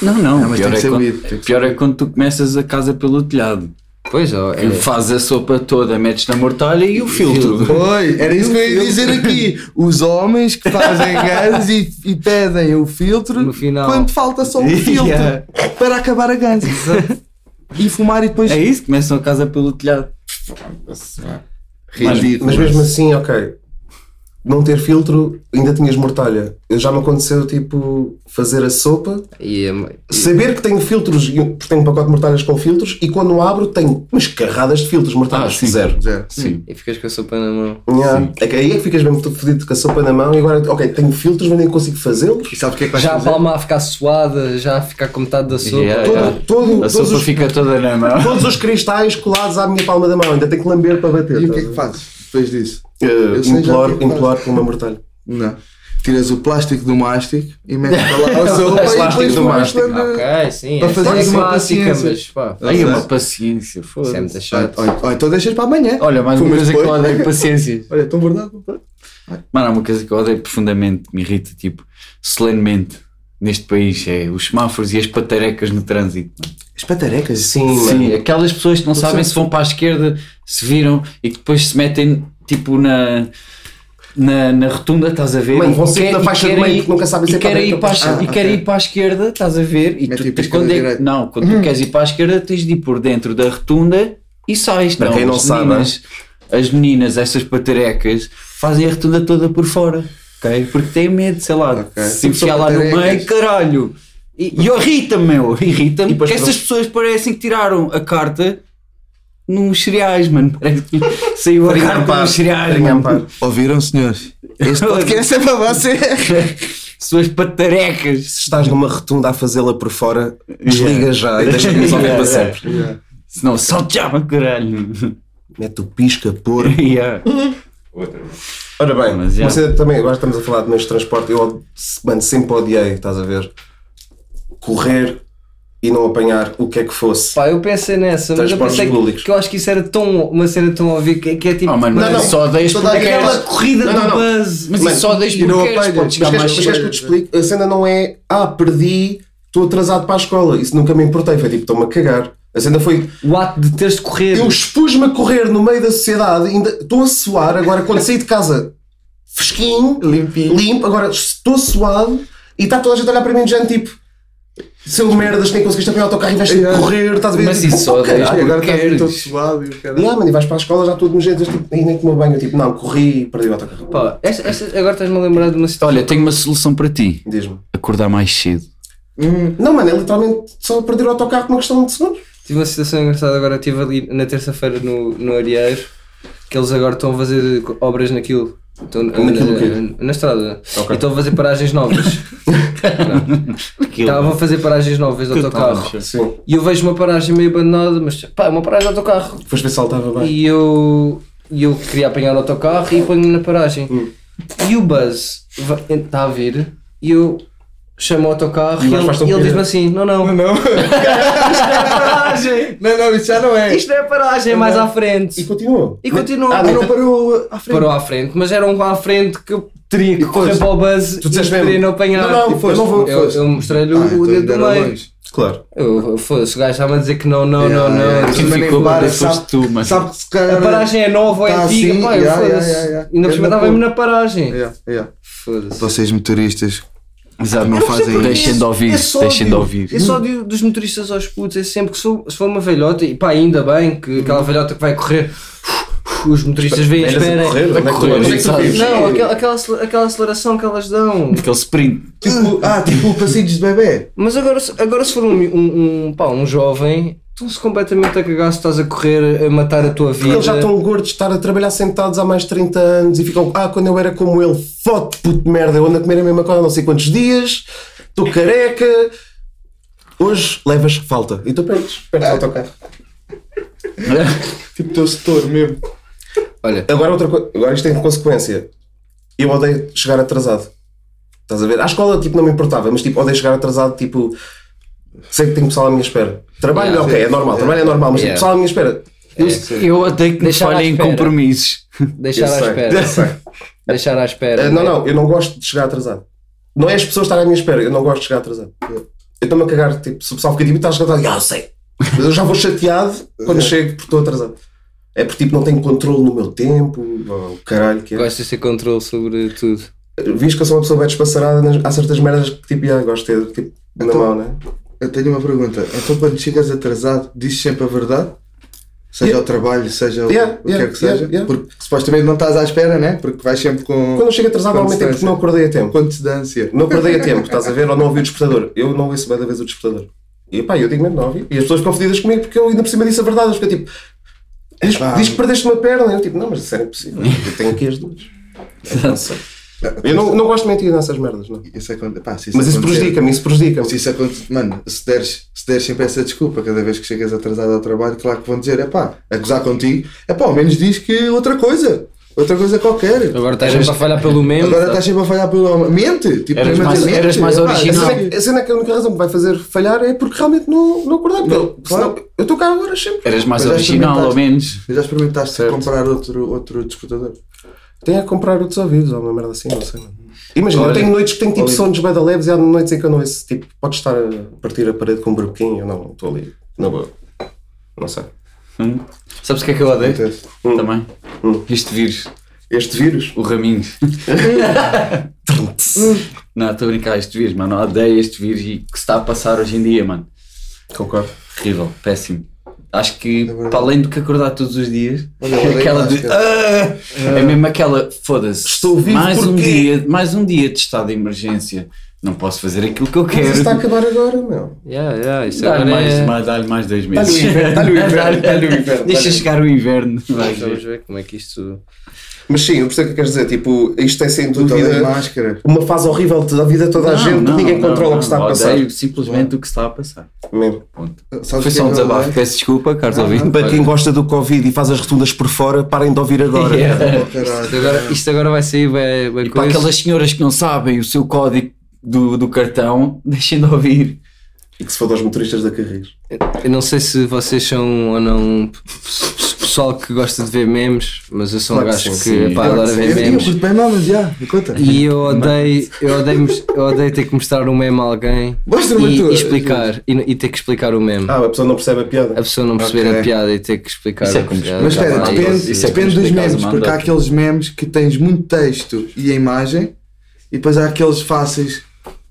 [SPEAKER 3] Não, não,
[SPEAKER 2] mas tem
[SPEAKER 3] pior,
[SPEAKER 2] que
[SPEAKER 3] é
[SPEAKER 2] ser
[SPEAKER 3] quando,
[SPEAKER 2] bonito, tem que
[SPEAKER 3] pior é quando tu começas a casa pelo telhado.
[SPEAKER 4] Pois, ó, é.
[SPEAKER 3] Fazes a sopa toda, metes na mortalha e o filtro.
[SPEAKER 2] Oi, era isso que eu ia dizer aqui. Os homens que fazem gansos e, e pedem o filtro
[SPEAKER 4] No final.
[SPEAKER 2] quando falta só um filtro
[SPEAKER 4] Yeah.
[SPEAKER 2] para acabar a ganso. E fumar e depois.
[SPEAKER 3] É isso, começam a casa pelo telhado.
[SPEAKER 2] Ridículo.
[SPEAKER 1] Mas mesmo assim, ok. Não ter filtro, ainda tinhas mortalha. Já me aconteceu, tipo, fazer a sopa,
[SPEAKER 4] E é ma-
[SPEAKER 1] saber que tenho filtros, e- porque tenho um pacote de mortalhas com filtros, e quando abro tenho umas carradas de filtros mortalhas,
[SPEAKER 3] Ah, sim.
[SPEAKER 1] zero.
[SPEAKER 2] Zero.
[SPEAKER 3] Sim.
[SPEAKER 4] e ficas com a sopa na mão.
[SPEAKER 1] Yeah. É que aí é que ficas mesmo todo fodido com a sopa na mão, e agora, ok, tenho filtros, mas nem consigo fazê-los.
[SPEAKER 2] E sabes o que é que vais
[SPEAKER 4] Já a
[SPEAKER 2] fazer?
[SPEAKER 4] palma a ficar suada, já a ficar com metade da sopa.
[SPEAKER 3] Yeah,
[SPEAKER 1] Todo-
[SPEAKER 3] yeah.
[SPEAKER 1] todo-
[SPEAKER 3] É, a
[SPEAKER 1] todos
[SPEAKER 3] sopa
[SPEAKER 1] os-
[SPEAKER 3] fica toda na mão.
[SPEAKER 1] Todos os cristais colados à minha palma da mão, ainda tenho que lamber para bater.
[SPEAKER 2] E o que
[SPEAKER 1] estás
[SPEAKER 2] é que
[SPEAKER 1] a ver?
[SPEAKER 2] fazes depois disso?
[SPEAKER 1] Eh,
[SPEAKER 2] Eu sei já o que é
[SPEAKER 1] imploro,
[SPEAKER 2] que fazes.
[SPEAKER 1] imploro por uma mortalha.
[SPEAKER 2] Não. Tiras o plástico do mástico e metes para lá a sopa e
[SPEAKER 1] Plástico
[SPEAKER 2] depois
[SPEAKER 1] do
[SPEAKER 2] fumas
[SPEAKER 1] mástico.
[SPEAKER 2] na-
[SPEAKER 4] Ah, Ok, sim.
[SPEAKER 2] Para
[SPEAKER 4] essa
[SPEAKER 2] fazer
[SPEAKER 4] é
[SPEAKER 2] uma
[SPEAKER 4] clássica,
[SPEAKER 2] paciência.
[SPEAKER 4] mas pá.
[SPEAKER 3] Aí é uma
[SPEAKER 4] Isso
[SPEAKER 3] paciência,
[SPEAKER 4] é
[SPEAKER 3] foda-se.
[SPEAKER 4] muito chato.
[SPEAKER 2] Olha, olha, então deixas para amanhã.
[SPEAKER 3] Olha, mais uma
[SPEAKER 2] Fumas
[SPEAKER 3] coisa que eu
[SPEAKER 2] depois.
[SPEAKER 3] odeio paciência.
[SPEAKER 2] Olha, tão verdade.
[SPEAKER 3] Mano, há uma coisa que eu odeio profundamente, me irrita, tipo, solenemente neste país, é os semáforos e as patarecas no trânsito.
[SPEAKER 2] As patarecas.
[SPEAKER 1] Sim, assim.
[SPEAKER 3] Sim, aquelas pessoas que não sabem se vão para a esquerda, se viram e que depois se metem tipo na. Na, na rotunda, estás a ver?
[SPEAKER 1] Mano, vão
[SPEAKER 3] E
[SPEAKER 1] sempre
[SPEAKER 3] quer-
[SPEAKER 1] na
[SPEAKER 3] e
[SPEAKER 1] faixa de
[SPEAKER 3] querem
[SPEAKER 1] meio,
[SPEAKER 3] ir-
[SPEAKER 1] porque nunca sabem se
[SPEAKER 3] e
[SPEAKER 1] é para
[SPEAKER 3] querem
[SPEAKER 1] direita
[SPEAKER 3] ir
[SPEAKER 1] ou
[SPEAKER 3] para
[SPEAKER 1] para
[SPEAKER 3] a
[SPEAKER 1] Ah,
[SPEAKER 3] esquerda. E
[SPEAKER 2] esquerda.
[SPEAKER 3] querem ir para a esquerda, estás a ver? E
[SPEAKER 2] Mete
[SPEAKER 3] tu,
[SPEAKER 2] e pisca
[SPEAKER 3] quando
[SPEAKER 2] na
[SPEAKER 3] é que-
[SPEAKER 2] direita.
[SPEAKER 3] não, quando
[SPEAKER 1] Hum.
[SPEAKER 3] tu queres ir para a esquerda, tens de ir por dentro da rotunda e sais.
[SPEAKER 1] Para quem não
[SPEAKER 3] as
[SPEAKER 1] sabe, né?
[SPEAKER 3] meninas, as meninas, essas patarecas, fazem a rotunda toda por fora, ok? Porque têm medo, sei lá,
[SPEAKER 2] Ok.
[SPEAKER 3] de se
[SPEAKER 2] Porque são
[SPEAKER 1] Tipo
[SPEAKER 3] enfiar lá no
[SPEAKER 2] patarecas.
[SPEAKER 3] meio, caralho. E, e irrita-me, meu,
[SPEAKER 1] E
[SPEAKER 3] irrita-me.
[SPEAKER 1] depois
[SPEAKER 3] Porque essas pessoas parecem que tiraram a carta nos cereais, mano. Parece que saiu a carta nos cereais,
[SPEAKER 1] Farinha
[SPEAKER 3] mano.
[SPEAKER 1] Amparo.
[SPEAKER 2] Ouviram, senhores? Este podcast é para você.
[SPEAKER 3] Suas patarecas.
[SPEAKER 1] Se estás numa rotunda a fazê-la por fora, desliga já e deixa nos ouvir para
[SPEAKER 3] Yeah.
[SPEAKER 1] sempre.
[SPEAKER 3] Senão salteava, caralho.
[SPEAKER 1] Mete o pisca, por.
[SPEAKER 3] Yeah.
[SPEAKER 1] Ora bem,
[SPEAKER 3] Mas, yeah.
[SPEAKER 1] você também, agora estamos a falar de meios de transporte. Eu, mano, sempre odiei, estás a ver? Correr e não apanhar o que é que fosse.
[SPEAKER 4] Pá, eu pensei nessa, mas eu
[SPEAKER 1] Transportes
[SPEAKER 4] pensei
[SPEAKER 1] públicos.
[SPEAKER 4] que, que eu acho que isso era tão, uma cena tão óbvia que, que é tipo.
[SPEAKER 2] Ah,
[SPEAKER 3] Oh, mano, mas
[SPEAKER 1] não.
[SPEAKER 3] só deixas
[SPEAKER 1] Toda
[SPEAKER 3] porque
[SPEAKER 1] aquela
[SPEAKER 3] queres.
[SPEAKER 1] corrida
[SPEAKER 3] Não,
[SPEAKER 1] do
[SPEAKER 3] não.
[SPEAKER 1] buzz.
[SPEAKER 3] Mas
[SPEAKER 1] Mano,
[SPEAKER 3] isso só deixas
[SPEAKER 2] e não
[SPEAKER 3] porque queres.
[SPEAKER 1] Mas
[SPEAKER 2] apanhas.
[SPEAKER 3] Podes chegar
[SPEAKER 1] queres,
[SPEAKER 3] mais
[SPEAKER 1] mas queres que eu te explique? A cena não é, ah, perdi, estou atrasado para a escola. Isso nunca me importei. Foi tipo, estou-me a cagar. A cena foi,
[SPEAKER 4] O ato de teres de correr.
[SPEAKER 1] eu expus-me a correr no meio da sociedade, ainda estou a suar. Agora, quando saí de casa, fresquinho,
[SPEAKER 2] Limpinho.
[SPEAKER 1] limpo, agora estou suado e está toda a gente a olhar para mim de género, tipo, seu merdas, nem conseguiste apanhar o autocarro e vais ter de
[SPEAKER 2] Yeah.
[SPEAKER 1] correr, estás a ver?
[SPEAKER 3] Mas
[SPEAKER 1] tipo,
[SPEAKER 3] isso só
[SPEAKER 1] caralho.
[SPEAKER 3] deixa-
[SPEAKER 2] Ai, agora
[SPEAKER 3] Queres?
[SPEAKER 2] estás todo suado e o caralho.
[SPEAKER 1] Yeah, mano, e vais para a escola já todo nojento, és tipo, e nem tomou banho, Eu, tipo, não, corri e perdi o autocarro.
[SPEAKER 4] Pá, esta, esta- agora estás-me a lembrar de uma situação.
[SPEAKER 3] Olha, tenho uma solução para ti.
[SPEAKER 1] Diz-me.
[SPEAKER 3] Acordar mais cedo.
[SPEAKER 2] Hum,
[SPEAKER 1] Não, mano, é literalmente só perder o autocarro por uma questão de segundos.
[SPEAKER 4] Tive uma situação engraçada agora, estive ali na terça-feira no, no Areeiro, que eles agora estão a fazer obras naquilo. Estão,
[SPEAKER 1] Naquilo o quê?
[SPEAKER 4] na, na estrada.
[SPEAKER 1] Ok.
[SPEAKER 4] E estão a fazer paragens novas.
[SPEAKER 3] Tá
[SPEAKER 4] Estavam a fazer paragens novas de autocarro.
[SPEAKER 1] Sim.
[SPEAKER 4] E eu vejo uma paragem meio abandonada, mas pá, é uma paragem de autocarro.
[SPEAKER 1] Foste ver se saltava bem.
[SPEAKER 4] E eu, e eu queria apanhar o autocarro e ponho-me na paragem.
[SPEAKER 1] Hum.
[SPEAKER 4] E o Buzz va- está a vir e eu chamo o autocarro
[SPEAKER 1] E
[SPEAKER 4] e,
[SPEAKER 1] o Buzz faz-te um
[SPEAKER 4] ele, e ele
[SPEAKER 1] pira.
[SPEAKER 4] diz-me assim: não, não, é
[SPEAKER 2] Não, não.
[SPEAKER 4] paragem,
[SPEAKER 2] Não, não, isso já não é.
[SPEAKER 4] isto é paragem, é mais à frente.
[SPEAKER 1] E continuou.
[SPEAKER 4] E continuou.
[SPEAKER 1] Ah, não parou à frente.
[SPEAKER 4] Parou à frente, mas era um à frente que eu teria que correr
[SPEAKER 1] foste.
[SPEAKER 4] para o buzz
[SPEAKER 1] Tu
[SPEAKER 4] e
[SPEAKER 1] disseste
[SPEAKER 4] teria
[SPEAKER 1] mesmo.
[SPEAKER 4] não apanhar.
[SPEAKER 1] Não, não,
[SPEAKER 4] E
[SPEAKER 1] foste. eu não vou-
[SPEAKER 4] Eu,
[SPEAKER 1] foste.
[SPEAKER 4] eu mostrei-lhe
[SPEAKER 2] Ah, então
[SPEAKER 4] o dedo
[SPEAKER 2] ainda
[SPEAKER 4] do
[SPEAKER 2] era
[SPEAKER 4] meio. É,
[SPEAKER 2] longe.
[SPEAKER 1] Claro.
[SPEAKER 4] Eu, eu- foda-se, o gajo estava a dizer que não, não,
[SPEAKER 2] Yeah,
[SPEAKER 4] não, Tipo, não.
[SPEAKER 2] yeah,
[SPEAKER 4] Eu
[SPEAKER 2] yeah.
[SPEAKER 4] disse,
[SPEAKER 2] Também nem
[SPEAKER 3] Ficou,
[SPEAKER 2] para,
[SPEAKER 3] foste
[SPEAKER 2] sabe-
[SPEAKER 3] tu, mas-
[SPEAKER 2] Sabe que se calhar.
[SPEAKER 4] A paragem é nova ou é
[SPEAKER 2] Tá
[SPEAKER 4] antiga,
[SPEAKER 2] assim,
[SPEAKER 4] pá, eu
[SPEAKER 2] yeah,
[SPEAKER 4] foda-se.
[SPEAKER 2] yeah, yeah.
[SPEAKER 4] Ainda por
[SPEAKER 2] Ganda
[SPEAKER 4] cima estava-me
[SPEAKER 2] porra.
[SPEAKER 4] na paragem.
[SPEAKER 2] Yeah, yeah.
[SPEAKER 4] Foda-se.
[SPEAKER 2] Vocês motoristas.
[SPEAKER 3] Exato,
[SPEAKER 2] Não fazem isso.
[SPEAKER 3] Deixem de ouvir, deixem de é ouvir.
[SPEAKER 4] É só de- dos motoristas aos putos, é sempre que se for, se for uma velhota, e pá, ainda bem que aquela velhota que vai correr, os motoristas vêm,
[SPEAKER 1] Eras Uhum. a
[SPEAKER 4] esperem.
[SPEAKER 1] correr, onde é que
[SPEAKER 3] correr,
[SPEAKER 1] tu- onde é que tu
[SPEAKER 3] sabes?
[SPEAKER 1] vives?
[SPEAKER 4] Não, aquela, aquela, acel- aquela aceleração que elas dão.
[SPEAKER 3] Aquele sprint.
[SPEAKER 2] Tipo, ah, tipo passeios de bebê.
[SPEAKER 4] Mas agora, se- agora se for um, um, um, pá, um jovem, estão-se completamente a cagar se estás a correr, a matar a tua
[SPEAKER 1] Porque
[SPEAKER 4] vida.
[SPEAKER 1] eles já estão gordos de estar a trabalhar sentados há mais de 30 anos e ficam, ah, quando eu era como ele, foda puto de merda, eu ando a comer a mesma coisa há não sei quantos dias, estou careca, hoje levas falta. E tu perdes, perdes o autocarro.
[SPEAKER 2] Tipo teu setor mesmo.
[SPEAKER 4] Olha,
[SPEAKER 1] Agora, outra coisa, agora isto tem consequência. Eu odeio chegar atrasado. Estás a ver? À escola, tipo, não me importava, mas tipo, odeio chegar atrasado, tipo, sei que tenho pessoal à minha espera. Trabalho,
[SPEAKER 4] Yeah.
[SPEAKER 1] ok, é normal, trabalho é normal, mas tipo,
[SPEAKER 4] Yeah.
[SPEAKER 1] pessoal à minha espera. Eu-
[SPEAKER 3] Eu odeio que me
[SPEAKER 4] Deixar à
[SPEAKER 3] falhem em
[SPEAKER 4] espera.
[SPEAKER 3] compromissos.
[SPEAKER 4] deixar
[SPEAKER 1] eu
[SPEAKER 4] à
[SPEAKER 1] sei, eu
[SPEAKER 4] espera.
[SPEAKER 1] sei.
[SPEAKER 4] Deixar à espera.
[SPEAKER 1] Ah, não, não, eu não gosto de chegar atrasado. Não é as pessoas estarem à minha espera, eu não gosto de chegar atrasado. Eu estou-me a cagar, tipo, se o pessoal fica tipo, estás atrasado, ah, eu sei. Mas eu já vou chateado quando chego porque estou atrasado. É porque tipo, não tenho controle no meu tempo, o caralho que é.
[SPEAKER 4] Gosto de ter controle sobre tudo.
[SPEAKER 1] Viste que eu sou uma pessoa bem despassarada, nas- há certas merdas que tipo, já gosto de ter tipo, na
[SPEAKER 2] Então-
[SPEAKER 1] mão, né?
[SPEAKER 2] Eu tenho uma pergunta. Então quando chegas atrasado, dizes sempre a verdade? Seja
[SPEAKER 1] Yeah.
[SPEAKER 2] ao trabalho, seja o-
[SPEAKER 1] Yeah,
[SPEAKER 2] o que
[SPEAKER 1] yeah,
[SPEAKER 2] quer que seja.
[SPEAKER 1] yeah, yeah.
[SPEAKER 2] Porque supostamente não estás à espera, né? Porque vais sempre com.
[SPEAKER 1] Quando eu chego atrasado,
[SPEAKER 2] Com
[SPEAKER 1] normalmente é porque
[SPEAKER 2] distância.
[SPEAKER 1] não acordei a tempo.
[SPEAKER 2] com distância.
[SPEAKER 1] Não acordei a tempo, estás a ver? Ou não ouvi o despertador. Eu não ouço bem da vez o despertador. E pá, eu digo mesmo, não ouvi. E as pessoas ficam fodidas comigo porque eu ainda por cima disse a verdade. Eles ficam tipo, "És-
[SPEAKER 2] Ah.
[SPEAKER 1] diz que perdeste uma perna. Eu tipo, não, mas isso era impossível. Eu tenho aqui as duas. É, não sei. Eu não, não gosto de mentir nessas merdas, não.
[SPEAKER 2] Isso aconte- pá, se
[SPEAKER 1] Mas isso
[SPEAKER 2] acontecer-
[SPEAKER 1] prejudica-me, isso prejudica-me.
[SPEAKER 2] Se isso aconte- mano, se deres, se deres sempre essa desculpa cada vez que chegas atrasado ao trabalho, claro que vão dizer, é pá, acusar contigo, é pá, ao menos diz que outra coisa, outra coisa qualquer.
[SPEAKER 4] Agora estás sempre a falhar pelo meme.
[SPEAKER 2] Agora estás sempre a falhar pelo. Mente! Tipo,
[SPEAKER 3] Eras
[SPEAKER 2] mesmo a
[SPEAKER 3] mais-
[SPEAKER 2] dizer,
[SPEAKER 3] eras
[SPEAKER 2] mente,
[SPEAKER 3] mais
[SPEAKER 2] é pá,
[SPEAKER 1] A
[SPEAKER 3] original.
[SPEAKER 1] cena, é que- a cena é que a única razão que me vai fazer falhar é porque realmente não, não acordei. Porque eu-
[SPEAKER 2] claro.
[SPEAKER 1] senão eu estou cá agora sempre.
[SPEAKER 3] Eras mais
[SPEAKER 2] Mas já
[SPEAKER 3] original, ao menos.
[SPEAKER 2] Já experimentaste
[SPEAKER 1] Certo.
[SPEAKER 2] comprar outro, outro despertador?
[SPEAKER 1] Tenho a comprar outros ouvidos ou uma merda assim, não sei. mano. Imagina,
[SPEAKER 3] Olha,
[SPEAKER 1] eu tenho noites que tenho tipo
[SPEAKER 2] olha.
[SPEAKER 1] sons bem leves e há noites em que eu não ouço, tipo, podes estar a partir a parede com um burquinho, eu não, estou ali, na boa. Não sei.
[SPEAKER 3] Hum? Sabes o que é que eu odeio?
[SPEAKER 2] Acontece.
[SPEAKER 3] Também.
[SPEAKER 1] Hum.
[SPEAKER 3] Este vírus,
[SPEAKER 1] Este vírus,
[SPEAKER 3] o Raminhos. não, estou a brincar, este vírus, mano. Odeio este vírus e que se está a passar hoje em dia, mano.
[SPEAKER 1] concordo.
[SPEAKER 3] Terrível, péssimo. Acho que,
[SPEAKER 2] verdade.
[SPEAKER 3] para além de que acordar todos os dias,
[SPEAKER 2] Olha,
[SPEAKER 3] é
[SPEAKER 2] olha,
[SPEAKER 3] aquela
[SPEAKER 2] acho
[SPEAKER 3] de.
[SPEAKER 2] que-
[SPEAKER 3] "Ah!" é mesmo aquela. Foda-se.
[SPEAKER 1] Estou vivo,
[SPEAKER 3] mais um
[SPEAKER 1] porquê?
[SPEAKER 3] dia Mais um dia de estado de emergência. Não posso fazer aquilo que eu
[SPEAKER 1] Mas isso está a
[SPEAKER 3] quero.
[SPEAKER 1] acabar agora, meu.
[SPEAKER 4] Yeah, yeah, isso
[SPEAKER 3] Dá-lhe
[SPEAKER 4] agora
[SPEAKER 3] mais,
[SPEAKER 4] é...
[SPEAKER 3] mais, dá-lhe mais dois meses.
[SPEAKER 1] Dá-lhe o inverno, dá-lhe o inverno,
[SPEAKER 3] Dá-lhe-
[SPEAKER 1] dá-lhe o inverno,
[SPEAKER 3] Deixa
[SPEAKER 1] dá-lhe o
[SPEAKER 3] chegar o inverno. vai ver.
[SPEAKER 4] Vamos ver como é que isto...
[SPEAKER 1] Mas sim, eu percebo o que queres dizer, tipo, isto é sem
[SPEAKER 2] Tu tens
[SPEAKER 1] dúvida
[SPEAKER 2] máscara.
[SPEAKER 1] uma fase horrível da vida de toda a
[SPEAKER 3] Não,
[SPEAKER 1] gente,
[SPEAKER 3] não,
[SPEAKER 1] ninguém
[SPEAKER 3] não,
[SPEAKER 1] controla o
[SPEAKER 3] não,
[SPEAKER 1] que está a passar.
[SPEAKER 3] Odeio simplesmente o que está a passar.
[SPEAKER 1] Mesmo.
[SPEAKER 3] Ponto.
[SPEAKER 2] Sabes
[SPEAKER 3] Foi
[SPEAKER 2] que é
[SPEAKER 3] só um
[SPEAKER 2] eu
[SPEAKER 3] desabafo,
[SPEAKER 2] odeio?
[SPEAKER 3] peço desculpa, Carlos ouvinte.
[SPEAKER 1] Para quem gosta do Covid e faz as rotundas por fora, parem de ouvir agora.
[SPEAKER 2] Oh, caralho.
[SPEAKER 4] Isto agora, isto agora vai sair bem, bem
[SPEAKER 3] E para aquelas senhoras que não sabem o seu código do, do cartão, deixem de ouvir.
[SPEAKER 1] E que se for dos motoristas da Carris.
[SPEAKER 4] Eu não sei se vocês são ou não p- p- pessoal que gosta de ver memes, mas eu sou um
[SPEAKER 1] Claro que
[SPEAKER 4] gajo
[SPEAKER 1] sim,
[SPEAKER 4] que
[SPEAKER 3] sim.
[SPEAKER 4] pá,
[SPEAKER 2] Eu-
[SPEAKER 4] adora ver
[SPEAKER 2] Eu
[SPEAKER 4] memes.
[SPEAKER 2] curto bem mal, mas já, me conta.
[SPEAKER 4] E eu odeio, eu odeio, mos- eu odeio ter que mostrar um meme a alguém
[SPEAKER 2] Mostra-me
[SPEAKER 4] e,
[SPEAKER 2] a tua.
[SPEAKER 4] e explicar e, n- e ter que explicar o meme.
[SPEAKER 1] Ah, a pessoa não percebe a
[SPEAKER 4] A
[SPEAKER 1] piada.
[SPEAKER 4] pessoa não perceber
[SPEAKER 2] Ok.
[SPEAKER 4] a piada e ter que explicar
[SPEAKER 3] Isso é
[SPEAKER 4] a
[SPEAKER 3] como-
[SPEAKER 4] piada.
[SPEAKER 2] Mas
[SPEAKER 3] Tá
[SPEAKER 2] espera,
[SPEAKER 3] bem,
[SPEAKER 2] depende,
[SPEAKER 3] isso- isso é
[SPEAKER 2] depende
[SPEAKER 3] como
[SPEAKER 2] dos
[SPEAKER 3] explicar
[SPEAKER 2] memes,
[SPEAKER 3] o
[SPEAKER 2] porque há
[SPEAKER 3] mandato.
[SPEAKER 2] aqueles memes que tens muito texto e a imagem, e depois há aqueles fáceis,